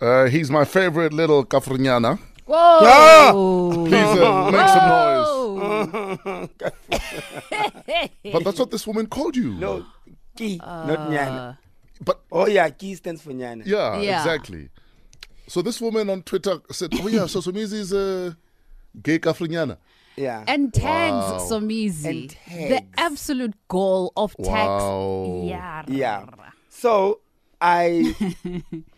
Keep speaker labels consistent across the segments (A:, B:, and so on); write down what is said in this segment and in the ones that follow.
A: Uh, he's my favorite little Cafrignana.
B: Whoa.
A: Please uh, make some noise.
B: Whoa.
A: But that's what this woman called you.
C: No, ki, not nyana.
A: But
C: Oh yeah, ki stands for nyana.
A: yeah,
B: Yeah.
A: exactly. So this woman on Twitter said, "Oh yeah, so Somizi is a gay Cafrignana."
C: Yeah.
B: And tags
A: Wow.
B: so Somizi.
C: And
B: The
C: tags.
B: absolute goal of tags.
A: Wow.
B: Yeah.
C: yeah. So I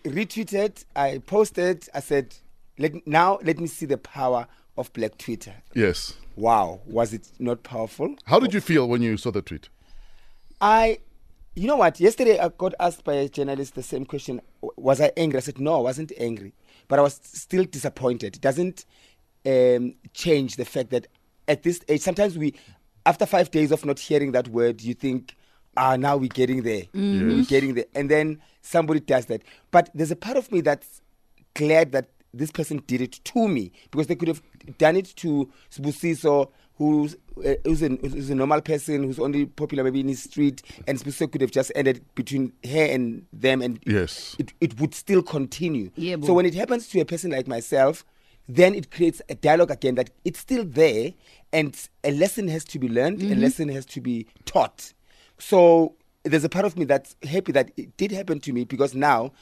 C: retweeted, I posted, I said, let, now let me see the power of black Twitter.
A: Yes.
C: Wow, was it not powerful?
A: How did you feel when you saw the tweet?
C: I, you know what? Yesterday I got asked by a journalist the same question. W- Was I angry? I said no, I wasn't angry, but I was still disappointed. It doesn't um, change the fact that at this age, sometimes we, after five days of not hearing that word, you think, ah, now we're getting there, we're getting there, and then somebody does that. But there's a part of me that's glad that this person did it to me because they could have done it to Sbusiso, who's, uh, who's, a, who's a normal person who's only popular maybe in his street, and Sbusiso could have just ended between her and them, and
A: Yes.
C: it, it would still continue.
B: Yeah, boo.
C: so when it happens to a person like myself, then it creates a dialogue again that it's still there, and a lesson has to be learned, a lesson has to be taught. So there's a part of me that's happy that it did happen to me because now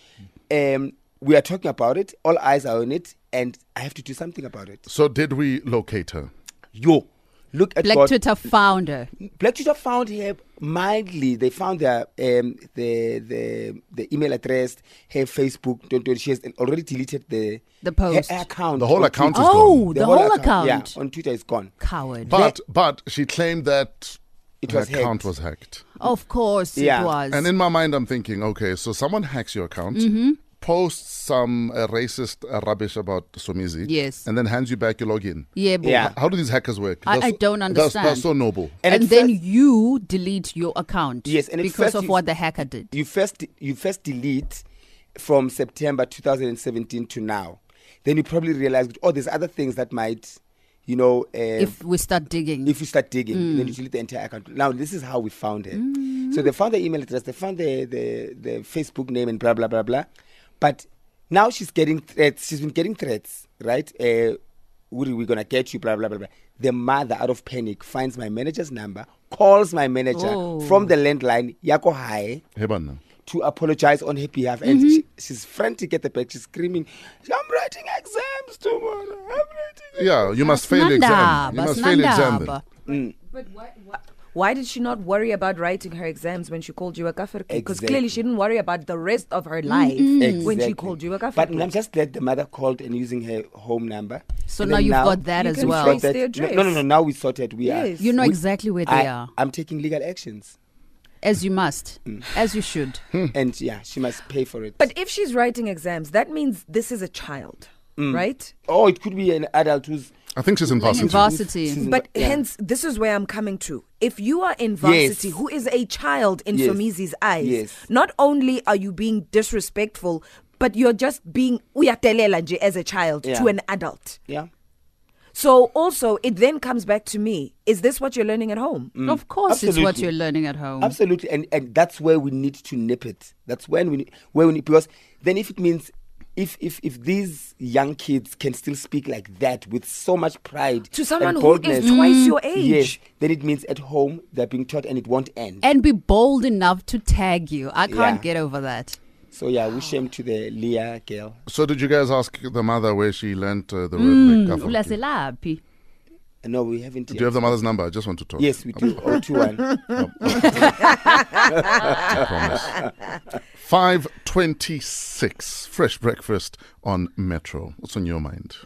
C: um, we are talking about it, all eyes are on it, and I have to do something about it.
A: So did we locate her?
C: Yo, look at
B: Black
C: God.
B: Twitter founder.
C: Black Twitter found her mildly. They found her um, the the the email address, her Facebook. Don't, don't, she has already deleted the
B: The post.
C: her account.
A: The whole
C: on
A: account
C: Twitter.
A: is
B: Oh,
A: gone.
B: the, whole account.
C: Yeah, on Twitter is gone.
B: Coward.
A: But but she claimed that
C: It
A: her
C: was hacked.
A: account was hacked.
B: of course it
C: Yeah.
B: was.
A: And in my mind, I'm thinking, okay, so someone hacks your account,
B: Mm-hmm.
A: posts some uh, racist uh, rubbish about Somizi,
B: Yes.
A: and then hands you back your login.
B: yeah, boo.
C: Yeah.
A: How do these hackers work?
B: I- I
A: so-
B: don't
A: that's- That's,
B: understand.
A: so noble.
C: And
B: And,
C: at
B: then
C: first-
B: you delete your account.
C: Yes, and at
B: because
C: first
B: of
C: you-
B: what the hacker did.
C: You first you first delete from September 2017 to now. Then you probably realize, oh, there's other things that might, you know, uh,
B: If we start digging.
C: if you start digging, then you delete the entire account. Now this is how we found her. So they found the email address, they found the, the the Facebook name and blah blah blah blah. But now she's getting threats. She's been getting threats, right? Uh, Uri, we're gonna get you, blah blah blah blah. The mother, out of panic, finds my manager's number, calls my manager
B: Oh.
C: from the landline, Yako High
A: Hey, man.
C: to apologize on her behalf. And she, she's frantic at the back. She's screaming, I'm writing exams tomorrow. I'm writing
A: Yeah, you must fail exam. You
B: Basnandaba,
A: must fail exam. then.
B: Basnandaba.
D: But why, why, why did she not worry about writing her exams when she called you a kafir? Because
C: Exactly.
D: clearly she didn't worry about the rest of her life when she
C: Mm. Exactly.
D: called you a kafir.
C: But I'm just glad the mother called and using her home number.
B: So
C: And
B: now
C: then
B: you've got that
D: You
B: as
D: can
C: we've
B: well.
C: got
D: trace their
C: that- no,
D: address.
C: no, no, no. Now we sorted. We
D: Yes.
C: are.
B: You know
C: we-
B: exactly where
C: I,
B: they are,
C: I'm taking legal actions,
B: as you must,
A: Hmm.
B: as you should.
C: and yeah, she must pay for it.
D: But if she's writing exams, that means this is a child, right?
C: oh, it could be an adult who's
A: I think she's in
B: In
A: varsity.
B: varsity.
C: Mm,
D: But
C: but- yeah.
D: hence, this is where I'm coming to. If you are in varsity,
C: Yes.
D: who is a child in
C: Yes.
D: Somizi's eyes,
C: Yes.
D: not only are you being disrespectful, but you're just being uyatelela nje as a child
C: Yeah.
D: to an adult.
C: yeah.
D: So also, it then comes back to me: Is this what you're learning at home?
B: Of course, it's what
C: Absolutely.
B: you're learning at
D: Um,
B: home.
C: Absolutely, and and that's where we need to nip it. That's when we where we need, because then if it means if if if these young kids can still speak like that with so much pride
D: To someone
C: and
D: who is
C: boldness, mm,
D: twice your age.
C: yes, then it means at home they're being taught and it won't end.
B: And be bold enough to tag you. I can't
C: Yeah.
B: get over that.
C: so yeah, we shame to the Leah girl.
A: So did you guys ask the mother where she learnt uh, the word like,
B: Ula
A: kafir?
B: selaphi.
C: No, we haven't.
A: Do
C: Yet.
A: you have the mother's number? I just want to talk.
C: Yes, we do. Oh, two one.
A: I promise. 526, fresh breakfast on Metro. What's on your mind?